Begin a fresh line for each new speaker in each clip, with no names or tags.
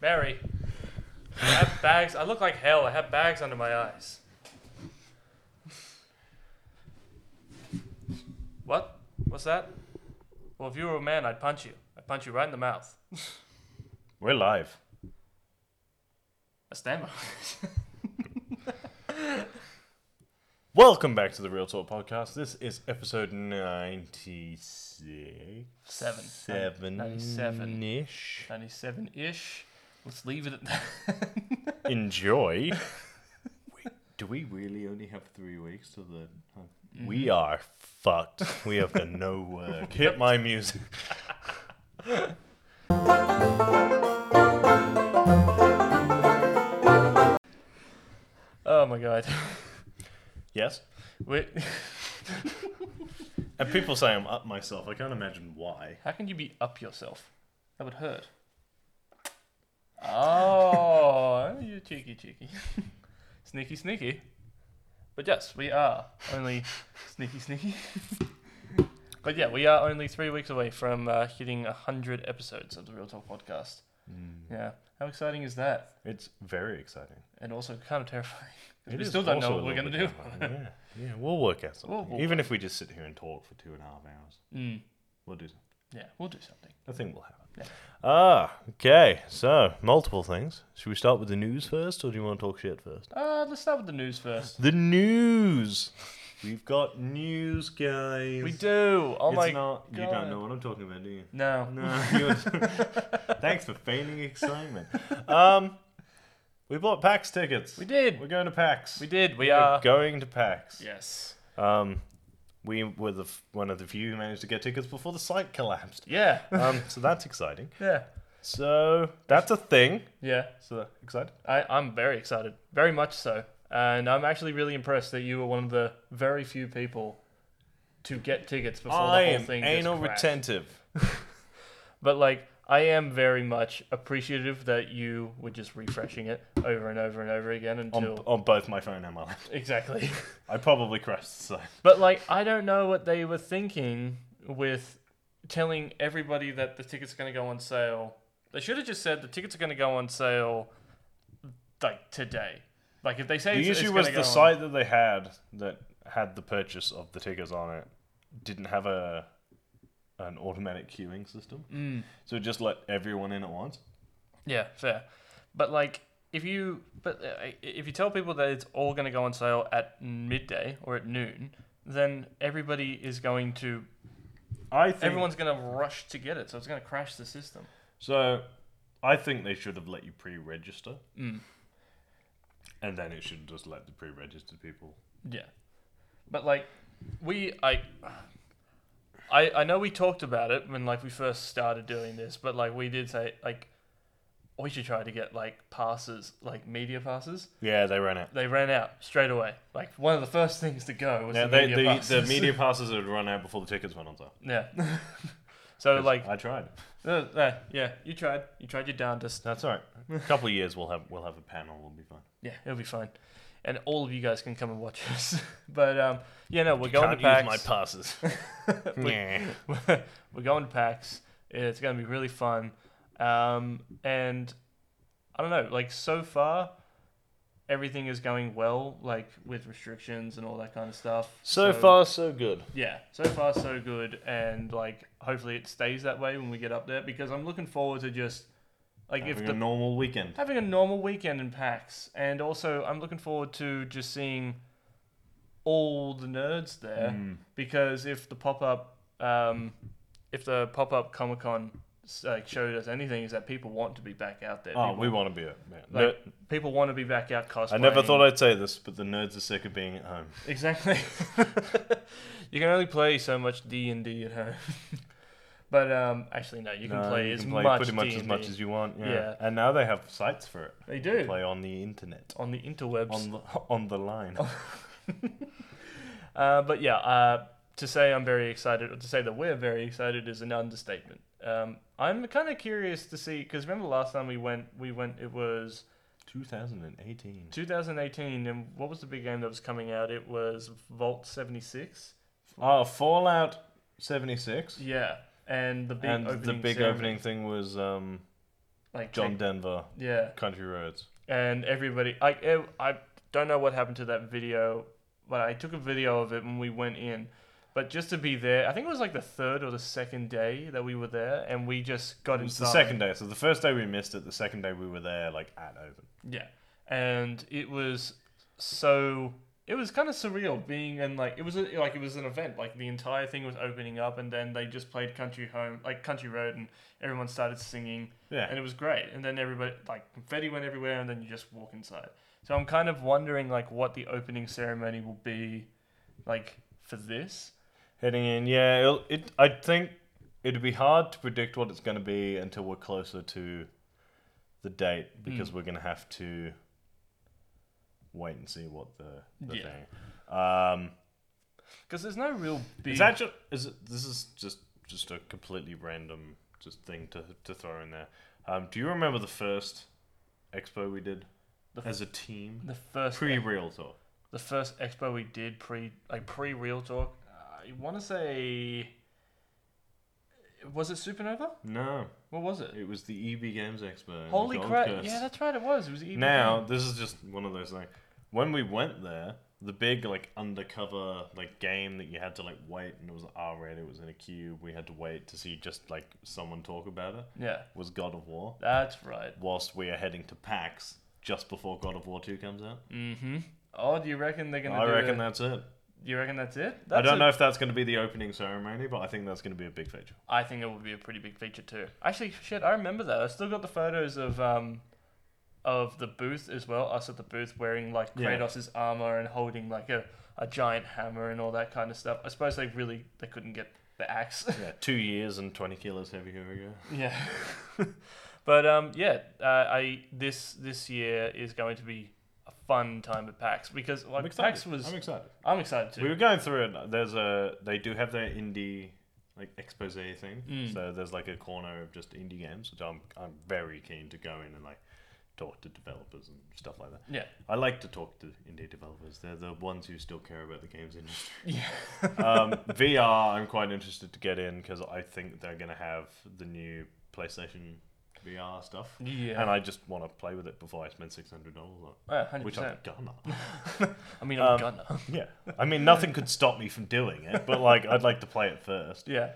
Mary, I have bags. I look like hell. I have bags under my eyes. What? What's that? Well, if you were a man, I'd punch you. I'd punch you right in the mouth.
We're live.
I stand by.
Welcome back to the Real Talk Podcast. This is episode 96.
Seven. Ninety-seven.
ish.
97 ish. Let's leave it at that.
Enjoy. Wait, do we really only have three weeks to the. huh? Mm-hmm. We are fucked. We have done no work. Hit my music.
oh my god.
Yes?
We,
And people say I'm up myself. I can't imagine why.
how can you be up yourself? That would hurt. Oh, you cheeky, cheeky. sneaky, sneaky. But yes, we are only sneaky, sneaky. but yeah, we are only three weeks away from uh, hitting 100 episodes of the Real Talk podcast.
Mm.
Yeah. How exciting is that?
It's very exciting.
And also kind of terrifying. 'Cause
It
we
is
still don't
also
know
a
what we're
little
going to
bit
do.
terrifying. yeah. yeah, we'll work out something.
We'll- we'll
Even if we just sit here and talk for two and a half hours,
Mm.
we'll do something.
Hmm. Yeah, we'll do something.
I think we'll have it. Ah, okay. So, multiple things. Should we start with the news first, or do you want to talk shit first?
Uh, let's start with the news first.
The news! We've got news, guys.
We do. Oh
It's
my
not, You
God.
don't know what I'm talking about, do you?
No.
No. you- Thanks for feigning excitement. Um, we bought PAX tickets.
We did.
We're going to PAX.
We did. We
We're
are.
going to PAX.
Yes.
Um, we were the f- one of the few who managed to get tickets before the site collapsed.
Yeah.
Um, so that's exciting.
Yeah.
So that's a thing.
Yeah.
So excited.
I, I'm very excited. Very much so. And I'm actually really impressed that you were one of the very few people to get tickets before
I
the whole
am
thing just
anal
crashed.
retentive.
But like, I am very much appreciative that you were just refreshing it over and over and over again
On,
until
on both my phone and my laptop.
exactly.
I probably crashed the site.
But like, I don't know what they were thinking with telling everybody that the tickets are going to go on sale. They should have just said the tickets are going to go on sale like today. Like if they say
The
it's,
issue
it's
was
gonna
the
go on-
site that they had that had the purchase of the tickets on it didn't have a an automatic queuing system.
Mm.
So it just let everyone in at once.
Yeah, fair. But like, if you but uh, i- if you tell people that it's all going to go on sale at midday or at noon, then everybody is going to
I think
everyone's going to rush to get it, so it's going to crash the system.
so I think they should have let you pre-register
Mm.
and then it should just let the pre-registered people.
Yeah, but like we, I, I, I know we talked about it when like we first started doing this, but like we did say like we should try to get like passes, like media passes.
Yeah, they ran out.
They ran out straight away. Like one of the first things to go was
Yeah,
the,
they,
media
the,
passes.
the media passes had run out before the tickets went on sale.
yeah. so like,
I tried.
uh, uh, yeah, you tried, you tried your darndest.
That's all right. A couple of years, we'll have we'll have a panel. We'll be fine.
Yeah, it'll be fine. And all of you guys can come and watch us. but um, yeah, no, we're
You
going to PAX.
passes. yeah.
we're going to PAX. It's going to be really fun. Um, and I don't know, like so far, everything is going well, like with restrictions and all that kind of stuff.
So far, so good.
yeah, so far so good, and like hopefully it stays that way when we get up there because I'm looking forward to just like
Having
if
a
the
normal weekend.
having a normal weekend in PAX, and also I'm looking forward to just seeing all the nerds
Mm.
there
Oh,
because if the pop up, um, if the pop up Comic Con like showed us anything, is that people want to be back out there.
Oh,
people,
we want to be it. Man.
like people want to be back out cosplaying.
I never thought I'd say this, but the nerds are sick of being at home.
exactly. you can only play so much D and D at home. But um, actually, no. You can
No,
play
you
as
can play
much
pretty much
D&D.
as much as you want. Yeah.
Yeah.
And now they have sites for it.
They
You can
do.
Play on the internet.
on the interwebs.
On the on the line.
Oh. Uh, but yeah, uh, to say I'm very excited, or to say that we're very excited, is an understatement. Um, I'm kind of curious to see because remember last time we went, we went. It was
2018.
2018, and what was the big game that was coming out? It was Vault 76.
Oh, Fallout 76.
Yeah, and the big
and
opening
the big
ceremony.
opening thing was um,
like
John
take-
Denver,
yeah,
Country Roads.
and everybody. I ev- I don't know what happened to that video, but I took a video of it when we went in. But just to be there, I think it was like the third or the second day that we were there, and we just got
It was
inside.
the second day. So the first day we missed it. The second day we were there, like at open.
Yeah. And it was so it was kind of surreal being in like it was a, like it was an event like the entire thing was opening up and then they just played country home like country road and everyone started singing
Yeah.
and it was great and then everybody like confetti went everywhere and then you just walk inside so i'm kind of wondering like what the opening ceremony will be like for this
Heading in, yeah. It'll, it. I think it'd be hard to predict what it's going to be until we're closer to the date
Hmm.
because we're going to have to wait and see what the, the
Yeah.
thing. Um,
because there's no real big
It's actually is it, this is just just a completely random just thing to to throw in there. Um, do you remember the first expo we did
The f-
as a team
the first
pre realtor?
the first expo we did pre like pre real talk i want to say was it supernova
No,
what was it
it was the EB Games Expo. in
holy
Gold
crap
Coast.
yeah that's right it was E it was even
now this is just one of those like when we went there, the big like undercover like game that you had to like wait and it was R rated, it was in a queue. We had to wait to see just like someone talk about it.
yeah
Was God of War.
that's right
whilst we are heading to PAX just before God of War 2 comes out.
mm-hmm oh do you reckon they're gonna
I
do
reckon
it?
that's it.
do you reckon that's it
I
That's
don't
a-
know if that's going to be the opening ceremony, but I think that's going to be a big feature.
i think it would be a pretty big feature too actually shit i remember that i still got the photos of um of the booth as well us at the booth wearing like
Yeah.
Kratos' armor and holding like a, a giant hammer and all that kind of stuff i suppose they really they couldn't get the axe
Yeah, two years and 20 kilos heavier ago.
Yeah. but um, yeah, uh, I this this year is going to be a fun time at PAX because like
I'm excited.
PAX was
I'm excited.
I'm excited too.
We were going through it. There's a they do have their indie like expose thing.
Mm.
So there's like a corner of just indie games, which I'm I'm very keen to go in and like talk to developers and stuff like that.
yeah.
I like to talk to indie developers. They're the ones who still care about the games industry.
Yeah.
um, VR, I'm quite interested to get in because I think they're going to have the new PlayStation VR stuff.
Yeah.
And I just want to play with it before I spend $600 on
Oh, Yeah, hundred
it, which
percent.
I'm gonna.
I mean, I'm
um,
gonna.
yeah. I mean, nothing could stop me from doing it, but like, I'd like to play it first.
Yeah.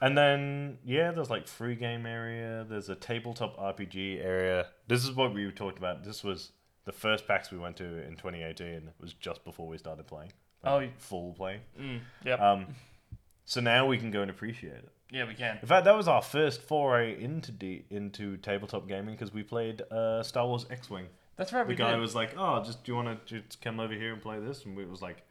And then, yeah, there's like free game area, there's a tabletop RPG area. This is what we were talking about. This was the first PAX we went to in 2018. It was just before we started playing.
Oh.
Full playing.
Mm, yep.
Um, so now we can go and appreciate it.
yeah, we can.
In fact, that was our first foray into D- into tabletop gaming because we played uh, Star Wars X-wing.
That's right.
The
we
guy
did.
was like, "Oh, just do you want to just come over here and play this?" And it was like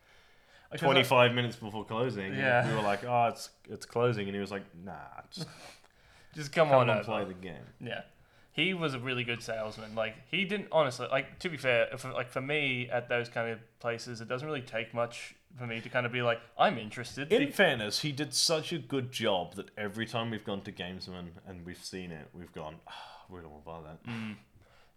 Because I-
25 minutes before closing.
Yeah.
And we were like, "Oh, it's it's closing," and he was like, "Nah, just
Just come,
come
on
and
over.
play the game."
Yeah. He was a really good salesman. Like he didn't honestly like to be fair, if, like for me at those kind of places, it doesn't really take much for me to kind of be like, I'm interested.
In fairness, he did such a good job that every time we've gone to Gamesman and we've seen it, we've gone, oh, "We don't want to buy that."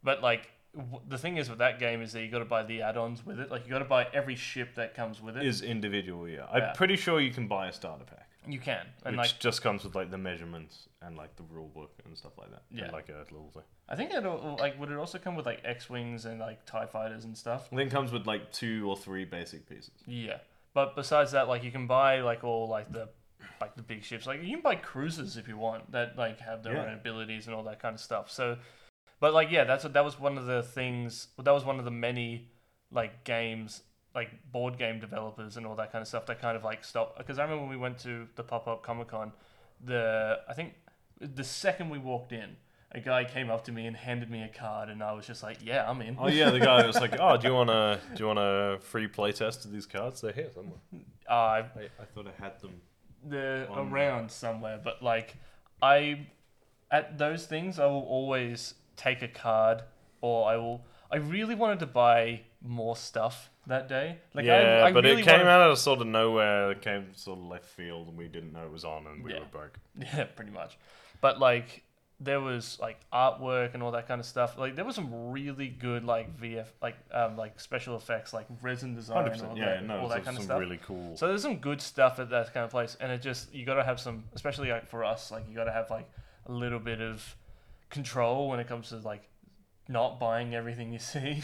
But like w- the thing is with that game is that you got to buy the add-ons with it. Like you got to buy every ship that comes with it.
Is individual, yeah.
Yeah.
I'm pretty sure you can buy a starter pack.
you can, and
which
like
just comes with like the measurements and like the rule book and stuff like that.
Yeah.
And, like a little thing.
I think it will like would it also come with like X wings and like Tie fighters and stuff.
And then comes with like two or three basic pieces.
Yeah, but besides that, like you can buy like all like the like the big ships. Like you can buy cruisers if you want that like have their
Yeah.
own abilities and all that kind of stuff. So, but like yeah, that's what that was one of the things. That was one of the many like games like board game developers and all that kind of stuff that kind of like stopped because I remember when we went to the pop up Comic Con, the I think the second we walked in. A guy came up to me and handed me a card, and I was just like, "Yeah, I'm in."
Oh yeah, the guy was like, "Oh, do you want to do you want a free playtest of these cards? They're here somewhere."
Uh,
I, I thought I had them.
the
on-
around somewhere, but like I at those things I will always take a card or I will I really wanted to buy more stuff that day. Like
yeah,
I, I
but
really
it came
wanted-
out of sort of nowhere. It came sort of left field, and we didn't know it was on, and we
Yeah.
were broke.
Yeah, pretty much. But like there was like artwork and all that kind of stuff. Like there was some really good like VF like um like special effects like resin design
Hundred
and all
percent. Yeah,
that,
no,
all
it's
that kind
some
of stuff.
really cool.
So there's some good stuff at that kind of place, and it just you got to have some, especially like for us, like you got to have like a little bit of control when it comes to like not buying everything you see.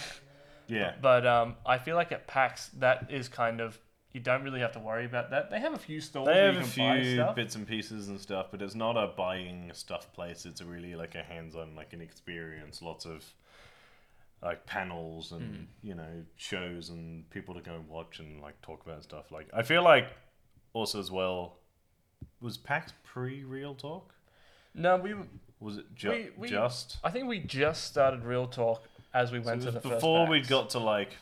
Yeah.
But um, I feel like at PAX that is kind of you don't really have to worry about that. They have a few stores
They
where
have
you
a
can buy
few
stuff.
bits and pieces and stuff, but it's not a buying stuff place. It's really like a hands-on, like an experience. Lots of like panels and
Hmm.
you know shows and people to go and watch and like talk about stuff. Like I feel like also as well was PAX pre-real talk.
No, we
Was it ju-
We- we-
just
I think we just started real talk as we
So
went
it
to
was
the
before
first
we
PAX.
got to like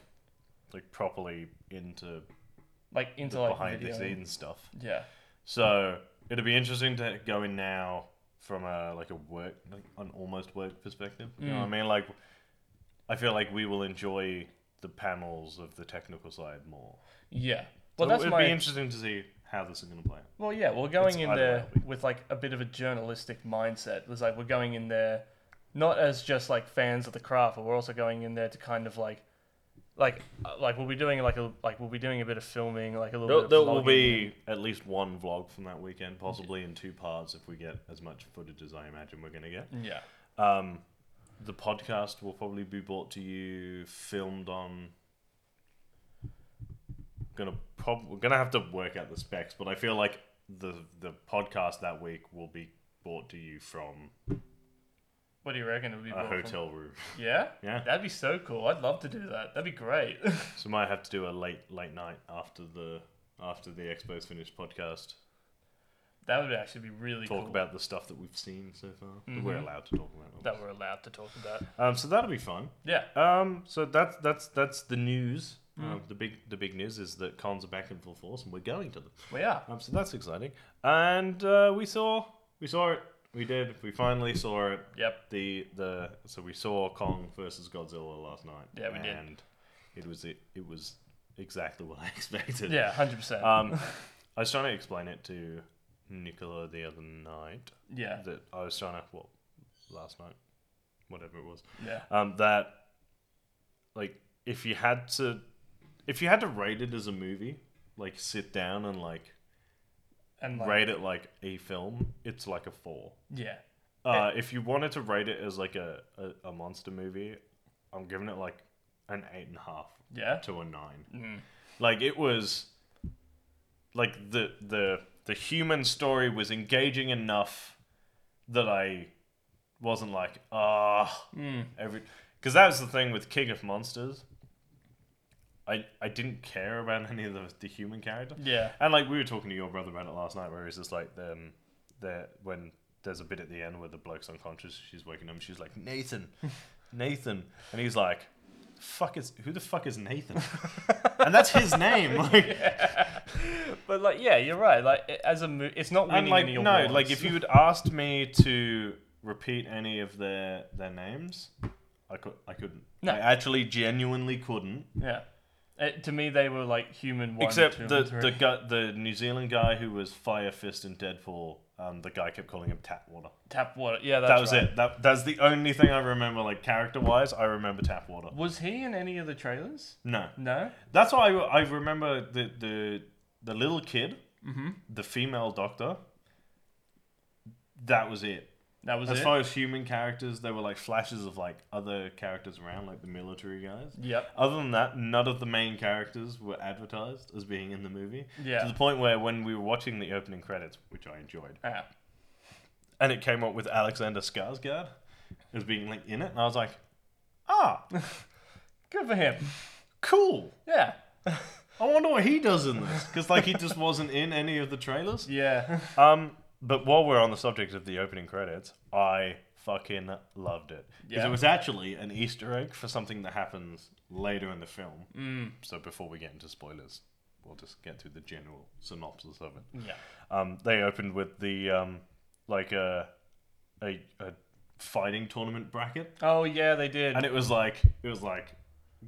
like properly into
like into
the
like
behind
video.
the scenes stuff.
Yeah.
So it'll be interesting to go in now from a like a work, like an almost work perspective. You
Mm.
know what I mean? Like, I feel like we will enjoy the panels of the technical side more.
Yeah. Well,
So
that's
it'd
my
be interesting to see how this is going to play. out.
Well, yeah, we're going
It's
in
either way,
there
it'll
with like a bit of a journalistic mindset. It was like we're going in there not as just like fans of the craft, but we're also going in there to kind of like, like, uh, like we'll be doing like a like we'll be doing a bit of filming, like a little.
There,
bit
there
of
will
vlogging.
be at least one vlog from that weekend, possibly in two parts if we get as much footage as I imagine we're going to get.
Yeah.
Um, the podcast will probably be brought to you filmed on. Gonna prob- we're gonna have to work out the specs, but I feel like the the podcast that week will be brought to you from
What do you reckon it would be?
a
brought from-
hotel room.
Yeah.
Yeah.
That'd be so cool. I'd love to do that. That'd be great.
So might have to do a late late night after the after the expo's finished podcast.
that would actually be really
Talk
cool
about the stuff that we've seen so far. That we're
Mhm.
allowed to talk about.
that we're allowed to talk about.
Um, so that'll be fun.
Yeah.
Um, so that's that's that's the news.
Mm.
Um, the big the big news is that cons are back in full force, and we're going to them.
We are.
Um, so that's exciting. And uh, we saw we saw it. We did. We finally saw it.
Yep.
The the so we saw Kong versus Godzilla last night.
Yeah, we did.
and did. It was it, it was exactly what I expected.
Yeah. Hundred percent.
Um, I was trying to explain it to Nicola the other night
Yeah.
that I was trying to well last night, whatever it was
Yeah.
um, that like if you had to if you had to rate it as a movie like sit down and like,
And like.
rate it like a film it's like a four
Yeah.
uh, if you wanted to rate it as like a, a, a monster movie i'm giving it like an eight and a half
Yeah.
to a nine
Mm.
like it was like the the the human story was engaging enough that i wasn't like ah
Mm.
every because that was the thing with King of Monsters. I I didn't care about any of the, the human character,
Yeah.
and like we were talking to your brother about it last night, where it's just like um, there when there's a bit at the end where the bloke's unconscious, she's waking him, she's like Nathan, Nathan, and he's like, fuck is who the fuck is Nathan, and that's his name, like,
But like, yeah, you're right. Like, i- as a mo- it's not
and
winning
like
any
no,
awards.
like if you had asked me to repeat any of their their names, I could I couldn't.
No.
I actually genuinely couldn't.
yeah, it, to me they were like human one,
Except
two,
the
and three.
the guy, the New Zealand guy who was Fire Fist in Deadpool, um, the guy kept calling him Tap Water.
tap water. Yeah, that's
That was
right.
it. That that's the only thing I remember. Like character wise, I remember Tap Water.
Was he in any of the trailers?
No,
No.
that's why I, I remember the the the little kid,
Mm-hmm.
the female doctor. That was it.
That was
as
it.
far as human characters, there were like flashes of like other characters around, like the military guys.
Yep.
Other than that, none of the main characters were advertised as being in the movie. To
Yeah.
the point where when we were watching the opening credits, which I enjoyed,
Ah.
and it came up with Alexander Skarsgård as being like in it, and I was like, ah,
Good for him.
cool.
Yeah.
I wonder what he does in this because like he just wasn't in any of the trailers.
Yeah.
Um, but while we're on the subject of the opening credits, I fucking loved it because
Yeah.
it was actually an Easter egg for something that happens later in the film.
Mm.
So before we get into spoilers, we'll just get through the general synopsis of it.
Yeah.
Um, they opened with the um, like a, a a fighting tournament bracket,
Oh yeah, they did.
and it was like it was like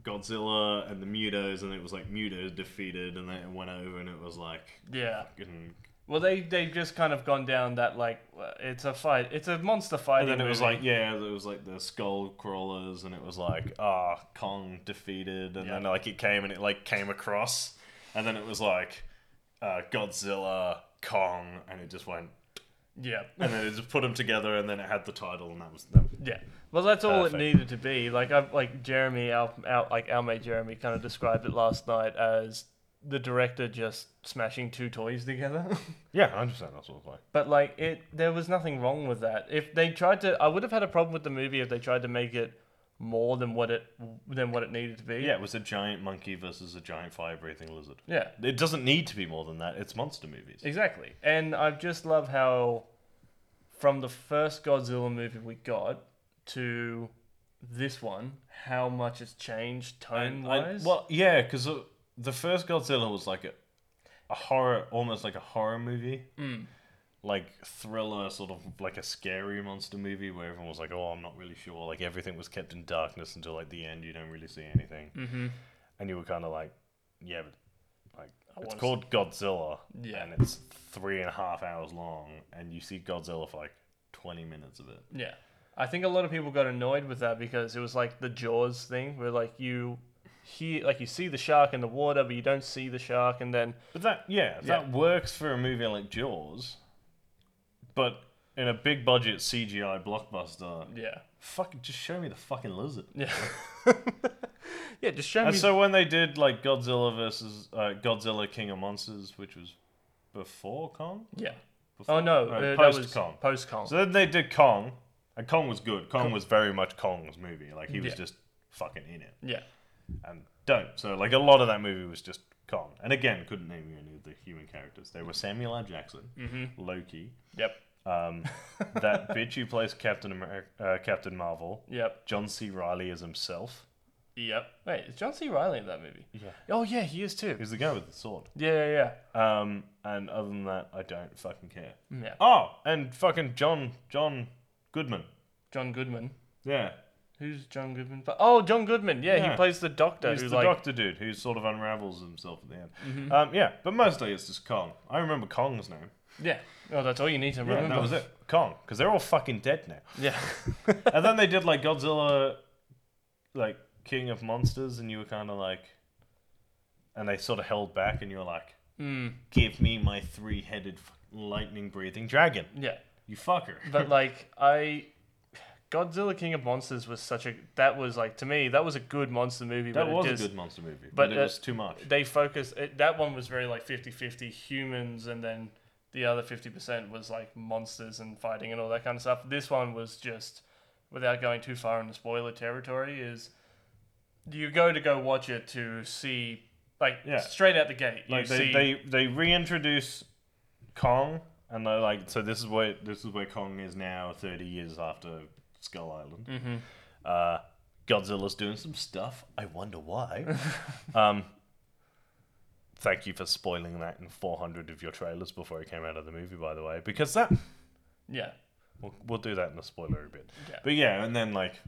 Godzilla and the Mutos, and it was like Muto defeated, and then it went over, and it was like
yeah.
fucking-
Well, they they've just kind of gone down that like uh, it's a fight. It's a monster fight.
and then it was like yeah, it was like the skull crawlers, and it was like ah Kong defeated, and
Yeah.
then like it came and it like came across, and then it was like uh, Godzilla Kong, and it just went
Yeah.
and then it just put them together, and then it had the title, and that was them.
Yeah. Well, that's all it
Perfect.
needed to be. Like I like Jeremy, our, our like our mate Jeremy, kind of described it last night as the director just smashing two toys together.
Yeah, I understand. That's what I was like.
but like it, there was nothing wrong with that. If they tried to, I would have had a problem with the movie if they tried to make it more than what it than what it needed to be.
Yeah, it was a giant monkey versus a giant fire-breathing lizard.
Yeah.
It doesn't need to be more than that. It's monster movies.
Exactly. And I just love how from the first Godzilla movie we got to this one, how much has changed tone
And I-
wise.
well, yeah, because the, the first Godzilla was like a, a horror, almost like a horror movie,
Mm.
like thriller, sort of like a scary monster movie where everyone was like, "Oh, I'm not really sure." Like everything was kept in darkness until like the end. You don't really see anything,
mm-hmm.
and you were kind of like, "Yeah, but like
I
it's
wanna
called Godzilla,
Yeah.
and it's three and a half hours long, and you see Godzilla for like twenty minutes of it."
Yeah. I think a lot of people got annoyed with that because it was like the Jaws thing where like you hear like you see the shark in the water but you don't see the shark and then
But that yeah,
Yeah.
that works for a movie like Jaws. But in a big budget CGI blockbuster,
Yeah.
fuck just show me the fucking lizard.
Yeah. yeah, just show
And
me
so when they did like Godzilla versus uh, Godzilla King of Monsters, which was before Kong?
Yeah.
Before?
Oh no,
No,
uh,
post
that was
Kong.
Post Kong.
So then they did Kong, and Kong was good. Kong was very much Kong's movie. Like he was
Yeah.
just fucking in it.
yeah.
And don't. So like a lot of that movie was just Kong. And again, couldn't name you any of the human characters. They were Samuel L. Jackson,
Mm-hmm.
Loki,
Yep.
Um, that bitch who plays Captain Amer- uh, Captain Marvel,
Yep.
John C. Riley as himself.
Yep. Wait, is John C. Riley in that movie?
Yeah.
Oh yeah, he is too.
He's the guy with the sword.
Yeah, yeah, yeah.
Um, and other than that, I don't fucking care.
Mm, Yeah.
Oh, and fucking John John Goodman.
John Goodman.
Yeah,
Who's John Goodman? But- Oh, John Goodman. Yeah,
Yeah.
he plays the doctor.
he's
who,
the
like, Mm-hmm.
doctor dude who sort of unravels himself at the end. Um, yeah, but mostly it's just Kong. I remember Kong's name.
Yeah. Oh, that's all you need to
Yeah,
remember.
and that was it. Kong, because they're all fucking dead now.
Yeah.
and then they did like Godzilla, like King of Monsters, and you were kind of like, and they sort of held back, and you were like,
Mm,
"Give me my three-headed lightning-breathing dragon,
yeah.
you fucker."
But like I, Godzilla King of Monsters was such a that was like to me that was a good monster movie.
That
but
was
it
a
just,
good monster movie, but,
but,
it
uh,
was too much.
They focused it, that one was very like 50-50 humans and then the other fifty percent was like monsters and fighting and all that kind of stuff. This one was just without going too far into spoiler territory is you go to go watch it to see like
Yeah.
straight out the gate you
Like they,
see
they they reintroduce Kong, and they're like, so this is where this is where Kong is now, thirty years after Skull Island.
Mm-hmm.
Uh, Godzilla's doing some stuff. I wonder why. um, thank you for spoiling that in 400 of your trailers before it came out of the movie, by the way, because that
yeah
we'll, we'll do that in the spoiler bit.
Yeah.
But yeah, and then like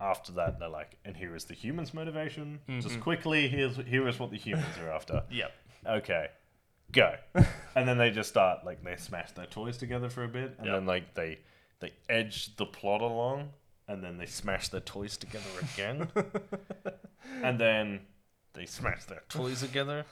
after that, they're like, and here is the humans' motivation. Just quickly, here's here is what the humans are after.
yeah
okay, go. and then they just start like they smash their toys together for a bit, and
Yeah.
then like they they edge the plot along, and then they smash their toys together again, and then they smash their toys together.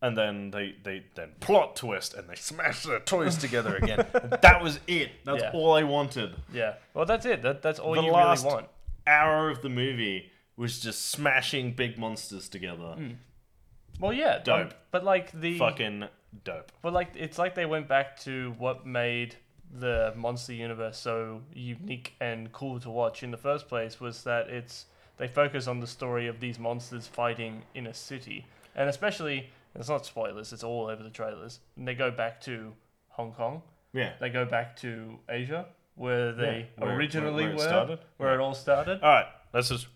And then they, they then plot twist and they smash their toys together again. And that was it. That's
Yeah.
all I wanted.
yeah well that's it that, that's all
The
you
last-
really want
Hour of the movie was just smashing big monsters together.
Mm. well yeah um,
Dope.
but like the
Fucking dope.
But like, it's like they went back to what made the monster universe so unique and cool to watch in the first place was that it's they focus on the story of these monsters fighting in a city, and especially it's not spoilers; it's all over the trailers. And they go back to Hong Kong,
Yeah.
they go back to Asia, where they
Yeah, where- where-
originally
where it
were,
started.
where it all started.
All right, let's just.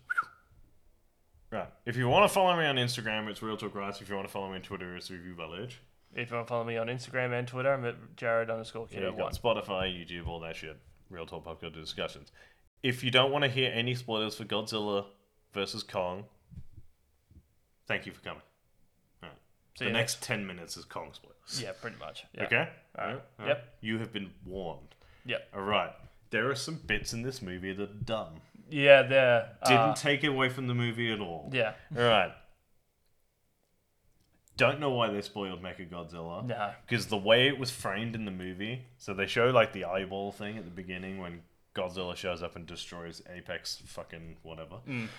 Right. If you want to follow me on Instagram, it's Real Talk Rice. If you want to follow me on Twitter, it's Review by Luge.
If you want to follow me on Instagram and Twitter, I'm at Jared underscore
Yeah,
kiddo
you've got
one.
Uh, Spotify, YouTube, all that shit. Real Talk Pop Culture Discussions. If you don't want to hear any spoilers for Godzilla versus Kong, thank you for coming. All right.
See
the
you
next 10 minutes is Kong spoilers.
Yeah, pretty much. Yeah.
Okay?
All right.
All right.
Yep.
You have been warned.
Yep.
All right. There are some bits in this movie that are dumb.
Yeah. There.
Ah. Didn't
uh,
take it away from the movie at all.
yeah.
All right. Don't know why they spoiled Mechagodzilla.
No.
Because the way it was framed in the movie, so they show like the eyeball thing at the beginning when Godzilla shows up and destroys Apex fucking whatever. And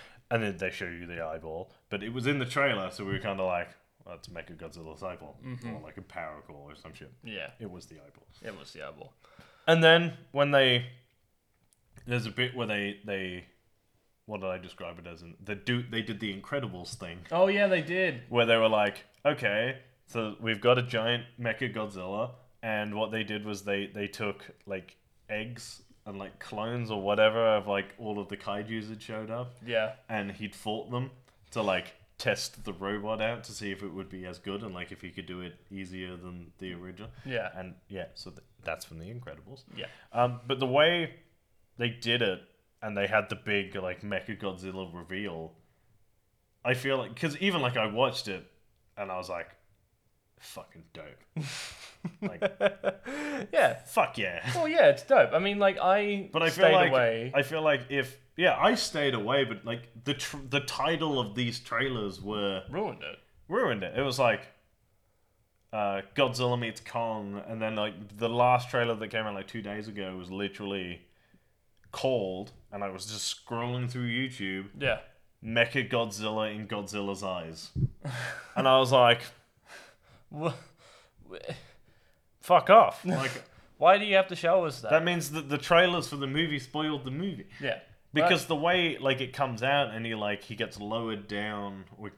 then they show you the eyeball. But it was in the trailer, so we were kind of like, well, it's Mechagodzilla's eyeball. Or like a power core or some shit.
Yeah.
It was the eyeball.
It was the eyeball.
And then when they there's a bit where they they what did I describe it as? In, they do they did the Incredibles thing
Oh yeah, they did.
where they were like, okay, so we've got a giant Mecha Godzilla, and what they did was they they took like eggs and like clones or whatever of like all of the kaiju's had showed up,
Yeah.
and he'd fought them to like test the robot out to see if it would be as good and like if he could do it easier than the original.
Yeah.
And yeah, so th- that's from the Incredibles.
Yeah.
Um, but the way they did it, and they had the big like Mecha Godzilla reveal, I feel like because even like I watched it, and I was like, "Fucking dope!" like,
Yeah.
fuck yeah!
Well, yeah, it's dope. I mean, like I
But I feel
stayed
like
away.
I feel like if yeah, I stayed away, but like the tr- the title of these trailers were
ruined it.
ruined it. It was like uh, Godzilla meets Kong, and then like the last trailer that came out like two days ago was literally called, and I was just scrolling through YouTube,
Yeah.
Mecha Godzilla in Godzilla's eyes, and I was like,
Wha-
fuck off. Like
Why do you have to show us that?
that means that the trailers for the movie spoiled the movie.
yeah.
Because the way like it comes out and he like he gets lowered down or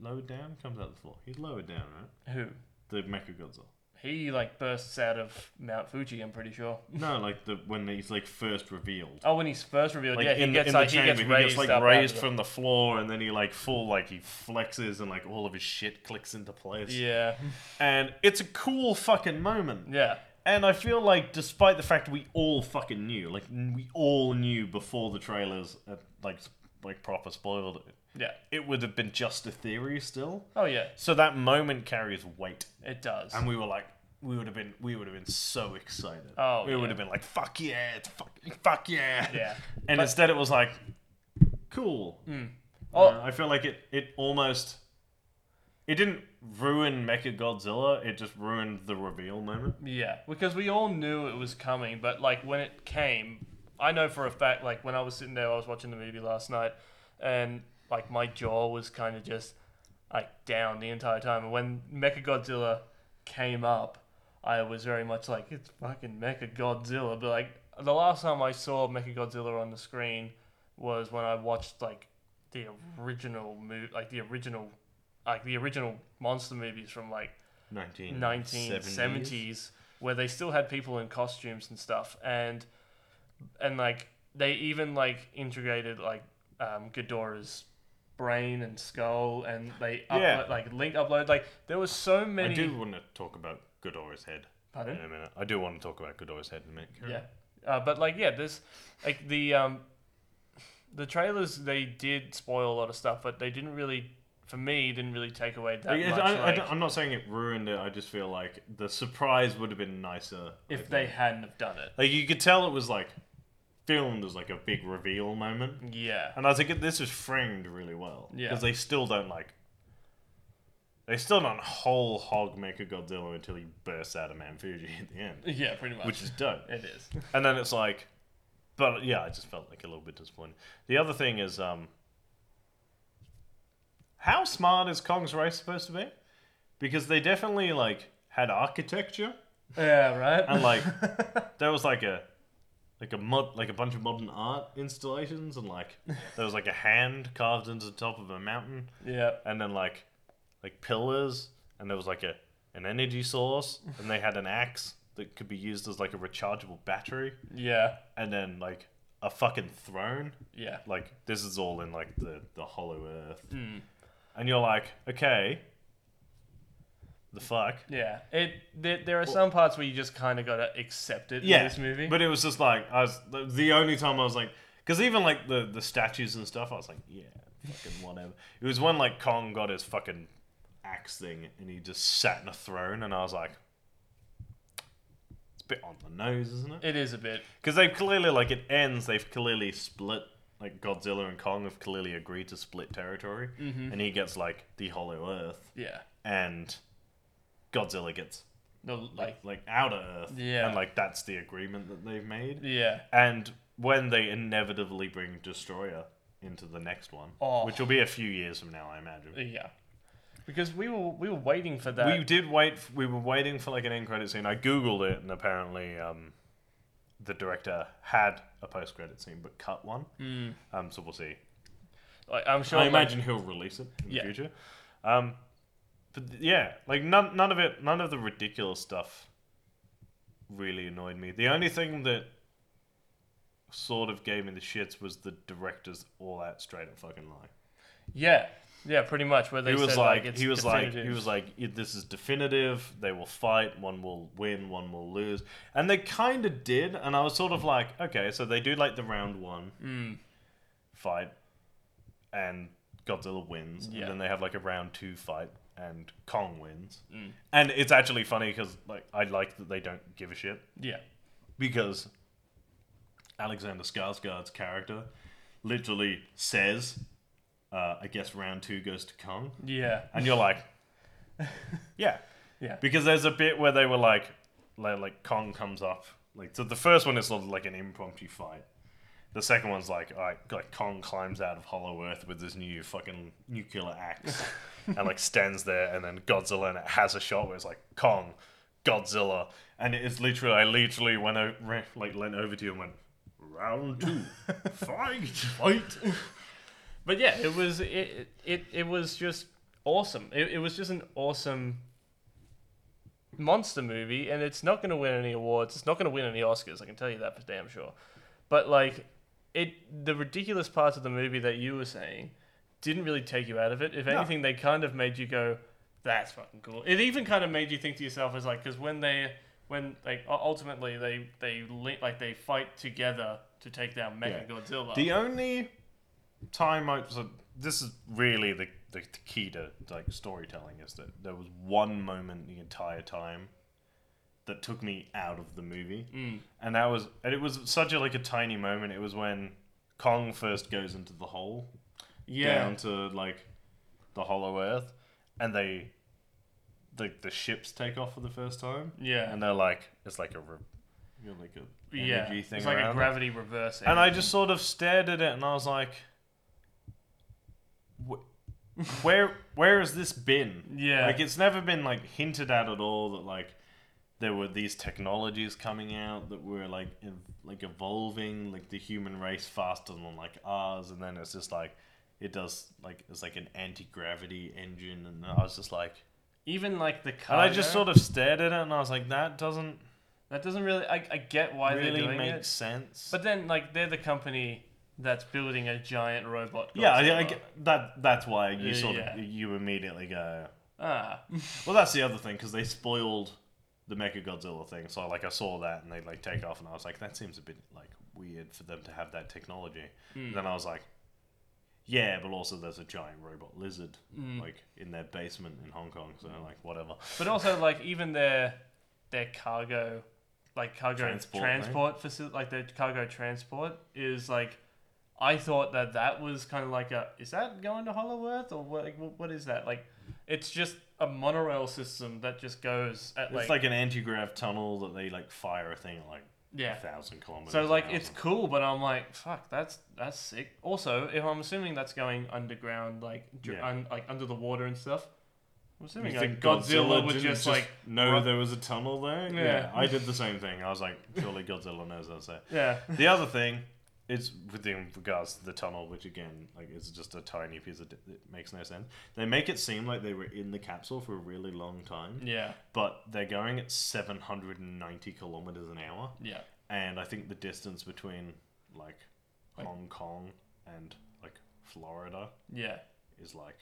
lowered down comes out the floor. He's lowered down, right?
But who?
The Mecha Godzilla.
He like bursts out of Mount Fuji. I'm pretty sure.
No, like the when he's like first revealed.
Oh, when he's first revealed,
Like
yeah, he
in,
gets
in
like
the
he
chamber,
gets
he
raised,
gets, like
up
raised
out of
from the floor, and then he like full like he flexes and like all of his shit clicks into place.
the- Yeah.
And it's a cool fucking moment.
Yeah.
And I feel like despite the fact we all fucking knew, like n- we all knew before the trailers, uh, like s- like proper spoiled it,
Yeah.
it would have been just a theory still.
Oh yeah,
So that moment carries weight,
it does.
and we were like, we would have been, we would have been so excited.
Oh,
we
yeah.
would have been like, fuck yeah, it's fuck, fuck yeah,
Yeah.
And instead, it was like, cool.
Oh.
Uh, I feel like it, it almost, it didn't ruin Mecha Godzilla. It just ruined the reveal moment.
Yeah, because we all knew it was coming, but like when it came, I know for a fact, like when I was sitting there, I was watching the movie last night, and like my jaw was kind of just like down the entire time. And when Mechagodzilla came up, I was very much like, it's fucking Mechagodzilla. But like the last time I saw Mechagodzilla on the screen was when I watched like the original movie, like the original, like the original monster movies from like
1970s.
1970s where they still had people in costumes and stuff and and like they even like integrated like um Ghidorah's brain and skull and they
Yeah.
upload, like link upload like there was so
I
many
do want to talk about Ghidorah's head
Pardon?
in a minute. I do want to talk about Ghidorah's head in a minute. Karen.
yeah uh, but like yeah there's like the um the trailers they did spoil a lot of stuff but they didn't really for me didn't really take away that
Like,
much
it's- I,
like,
am not saying it ruined it. I just feel like the surprise would have been nicer I
if
think.
they hadn't have done it
like you could tell it was like filmed as like a big reveal moment,
yeah
and I was like, this is framed really well
Yeah.
because they still don't like they still don't whole hog make a Godzilla until he bursts out of Mount Fuji at the end,
yeah pretty much
which is dope.
it is
And then it's like, but yeah, I just felt like a little bit disappointed. The other thing is, um, how smart is Kong's race supposed to be? Because they definitely like had architecture
Yeah, right.
and like there was like a like a mod like a bunch of modern art installations and like there was like a hand carved into the top of a mountain
yeah,
and then like like pillars and there was like a an energy source and they had an axe that could be used as like a rechargeable battery
yeah,
and then like a fucking throne.
yeah,
Like this is all in like the the hollow earth, and you're like, okay, the fuck.
yeah. It there, there are some parts where you just kind of gotta accept it in this movie.
But it was just like I was the- the only time I was like, because even like the the statues and stuff, I was like, yeah, fucking whatever. it was when like Kong got his fucking axe thing and he just sat in a throne, and I was like. It's a bit on the nose, isn't it?
it is a bit.
Because they've clearly like it ends. They've clearly split like Godzilla and Kong have clearly agreed to split territory,
Mhm.
and he gets like the Hollow Earth,
Yeah.
and Godzilla gets
No, like,
like Outer Earth,
Yeah.
and like that's the agreement that they've made.
yeah.
And when they inevitably bring Destroyer into the next one,
Oh.
which will be a few years from now, I imagine.
Yeah. Because we were we were waiting for that.
we did wait. f- We were waiting for like an end credit scene. I googled it, and apparently, um, the director had a post credit scene, but cut one.
Mm.
Um, so we'll see.
Like, I'm sure.
I
like-
imagine he'll release it in
Yeah.
the future. Um, but th- yeah, like none, none of it, none of the ridiculous stuff really annoyed me. The only thing that sort of gave me the shits was the director's all out straight up fucking lie.
yeah. Yeah. Pretty much. Where they
He was
said,
like,
it's
he was like, he
definitive.
was like, "It- this is definitive. They will fight. One will win. One will lose. And they kind of did. And I was sort of like, okay, so they do like the round one
Mm.
fight, and Godzilla wins.
Yeah.
And then they have like a round two fight, and Kong wins.
Mm.
And it's actually funny because like I like that they don't give a shit
Yeah.
because Alexander Skarsgård's character literally says, uh, I guess round two goes to Kong.
Yeah.
And you're like, yeah.
Yeah.
Because there's a bit where they were like, like, like Kong comes up. Like, so the first one is sort of like an impromptu fight. The second one's like, all right, like Kong climbs out of Hollow Earth with his new fucking nuclear axe and like stands there, and then Godzilla, and it has a shot where it's like Kong, Godzilla, and it is literally, I literally went over, like leant over to you and went, round two, fight, fight.
But yeah, it was it it, it was just awesome. It, it was just an awesome monster movie, and it's not going to win any awards. It's not going to win any Oscars. I can tell you that for damn sure. But like it, the ridiculous parts of the movie that you were saying didn't really take you out of it. If
No.
anything, they kind of made you go, "That's fucking cool." It even kind of made you think to yourself, "As like, because when they when like u- ultimately they they li- like they fight together to take down Mecha Godzilla."
The only time I so this is really the, the, the key to like storytelling is that there was one moment the entire time that took me out of the movie,
Mm.
and that was and it was such a like a tiny moment. It was when Kong first goes into the hole
yeah.
down to like the Hollow Earth, and they like the ships take off for the first time,
Yeah.
and they're like it's like a re- you know, like a energy
yeah,
thing
it's like
around
a
it.
gravity reversing.
And I just sort of stared at it and I was like, "Wh- where where has this been?
Yeah.
Like it's never been like hinted at at all that like there were these technologies coming out that were like ev- like evolving like the human race faster than like ours and then it's just like it does like it's like an anti-gravity engine and I was just like
even like the
and
car.
I just sort of stared at it and I was like that doesn't
that doesn't really. I, I get why they're
really
doing
make
it,
sense.
but then like they're the company that's building a giant robot.
Yeah, I, I
Godzilla.
get- that that's why you
Uh,
sort
yeah.
of you immediately go.
ah,
Well, that's the other thing because they spoiled the Mecha Godzilla thing. So like I saw that and they like take off and I was like, that seems a bit like weird for them to have that technology.
Mm.
Then I was like, yeah, but also there's a giant robot lizard
Mm.
like in their basement in Hong Kong. So like whatever.
but also like even their their cargo, like cargo
Transport,
transport,
right?
facility, like their cargo transport is like. I thought that that was kind of like a is that going to Hollow Earth or what? Like, wh- what is that like? It's just a monorail system that just goes at
it's like an anti-grav tunnel that they like fire a thing at like
yeah
a thousand kilometers.
So
an
like
hour
it's
or
cool, but I'm like, fuck, that's that's sick. Also, if I'm assuming that's going underground, like dr-
Yeah.
un- like under the water and stuff, I'm
You
assuming like,
think
Godzilla, would
didn't
just, like
know
run-
there was a tunnel there.
Yeah.
I did the same thing. I was like, surely Godzilla knows that's there.
yeah
The other thing is within regards to the tunnel, which again, like, is just a tiny piece of d- it makes no sense. They make it seem like they were in the capsule for a really long time,
yeah
but they're going at seven hundred and ninety kilometers an hour,
yeah
and I think the distance between like
Like-
Hong Kong and like Florida
yeah.
is like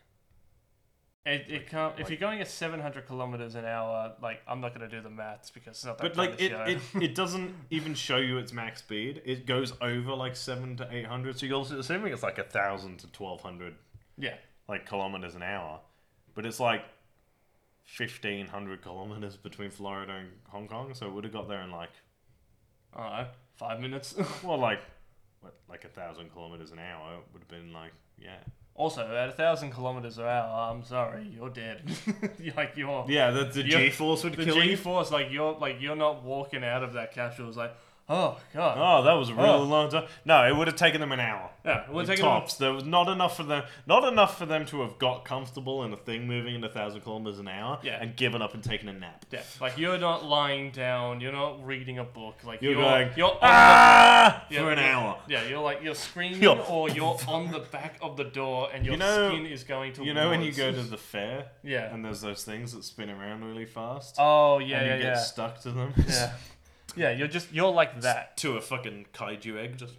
It, it
Like-
can't, if
like-
you're going at 700 kilometers an hour, like I'm not gonna do the maths because it's not that
But
kind
like
of
it,
show.
it, it doesn't even show you its max speed. It goes over like seven to eight hundred. So you're also assuming it's like a thousand to twelve hundred
yeah
like kilometers an hour, but it's like fifteen hundred kilometers between Florida and Hong Kong. So it would have got there in like
I don't know five minutes
well like what, like a thousand kilometers an hour, it would have been like, yeah,
Also, at a thousand kilometers an hour, I'm sorry, you're dead. You're like you're
yeah. The, the
Yeah,
G force would
the
kill
G
you.
force, like you're like you're not walking out of that capsule. It's like, oh god,
Oh, that was a real
Oh.
long time. No, it would have taken them an hour.
yeah, we're
Like,
taking
tops. There was not enough for them. Not enough for them to have got comfortable in a thing moving at a thousand kilometers an hour
Yeah.
and given up and taken a nap.
Yeah, like you're not lying down, you're not reading a book, like
You're
you're
going,
you're on
ah
the, yeah,
for an
you're-
hour.
Yeah, you're like you're screaming,
You're-
or you're on the back of the door, and your
You know-
skin is going to.
You know when you go to the fair
Yeah.
and there's those things that spin around really fast
oh yeah,
and
yeah,
you get
yeah.
stuck to them.
yeah, yeah. You're just you're like that,
to a fucking kaiju egg. Just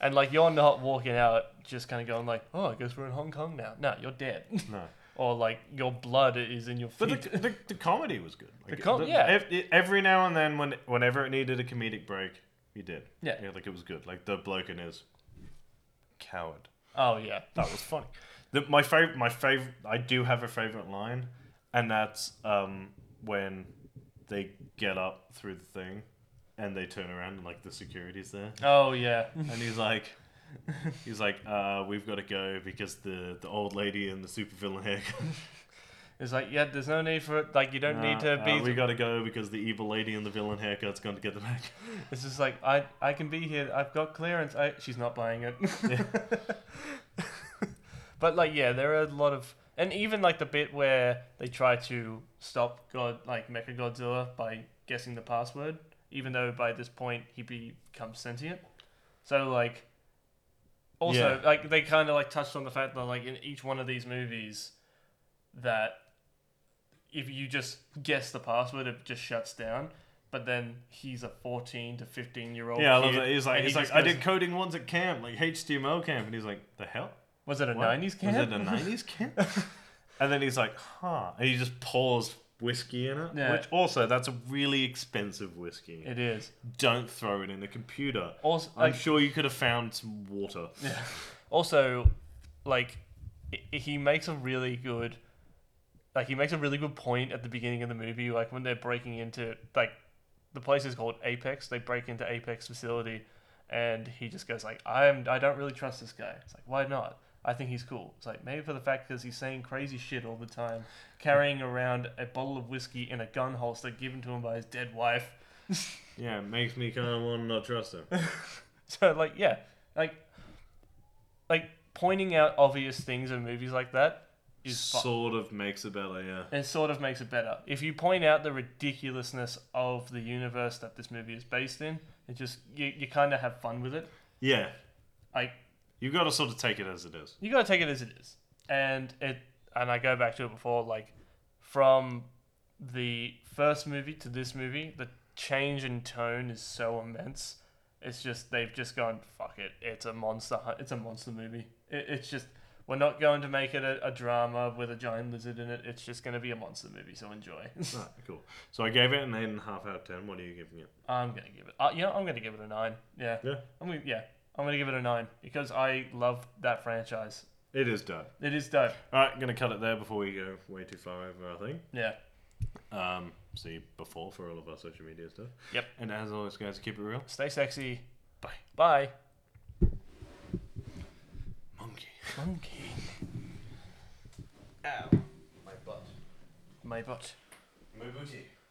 and like you're not walking out, just kind of going like, oh, I guess we're in Hong Kong now. No, you're dead,
no.
or like your blood is in your feet.
But the, the, the comedy was good. Like,
The com- yeah.
ev- every now and then, when whenever it needed a comedic break, you did.
Yeah.
Like it was good. Like the bloke in his coward.
oh yeah,
That was funny. The, my favorite, my favorite, I do have a favorite line, and that's um, when they get up through the thing, and they turn around and like the security's there,
oh yeah,
and he's like, he's like, uh, we've got to go because the the old lady and the supervillain haircut.
it's like yeah. There's no need for it. Like you don't need to
Uh,
be.
uh, we got to go because the evil lady and the villain haircut's going to get them back.
It's just like I I can be here. I've got clearance. I, she's not buying it. but like yeah, there are a lot of and even like the bit where they try to stop God like Mecha Godzilla by guessing the password, even though by this point he becomes sentient. So like also
Yeah.
like they kind of like touched on the fact that like in each one of these movies that if you just guess the password, it just shuts down. But then he's a 14 to 15 year old.
yeah, I love
kid,
that. He's like,
and he
he's like,
just
I
goes-
did coding once at camp, like HTML camp, and he's like, the hell.
Was it a
What?
90s camp?
Was it a nineties camp? and then he's like, huh. And he just pours whiskey in it.
Yeah.
Which also that's a really expensive whiskey.
It is.
Don't throw it in the computer.
Also,
I'm
like,
sure you could have found some water.
also, like i- he makes a really good, like he makes a really good point at the beginning of the movie, like when they're breaking into like the place is called Apex. They break into Apex facility, and he just goes like, "I'm I don't really trust this guy." It's like, why not? I think he's cool. It's like maybe for the fact because he's saying crazy shit all the time, carrying around a bottle of whiskey in a gun holster given to him by his dead wife.
Yeah, it makes me kinda wanna not trust him.
So like yeah, like like pointing out obvious things in movies like that is fun.
sort of makes it better, yeah.
it sort of makes it better. If you point out the ridiculousness of the universe that this movie is based in, it just you, you kind of have fun with it.
Yeah.
Like
You've got to sort of take it as it is.
you gotta take it as it is, and it and I go back to it before like from the first movie to this movie, the change in tone is so immense. It's just they've just gone fuck it. It's a monster. hu- It's a monster movie. It, it's just we're not going to make it a, a drama with a giant lizard in it. It's just going to be a monster movie. So enjoy.
Right, cool. So I gave it an eight and a half out of ten. What are you giving it?
I'm gonna give it. Uh, you know, I'm gonna give it a nine. Yeah.
Yeah.
I'm gonna, yeah. I'm gonna give it a nine because I love that franchise.
It is dope.
It is dope.
Alright, gonna cut it there before we go way too far over our thing.
Yeah.
um, see before for all of our social media stuff.
Yep.
And as always, guys, keep it real.
Stay sexy.
Bye.
Bye.
Monkey.
Monkey.
Ow. My butt.
My butt.
My booty.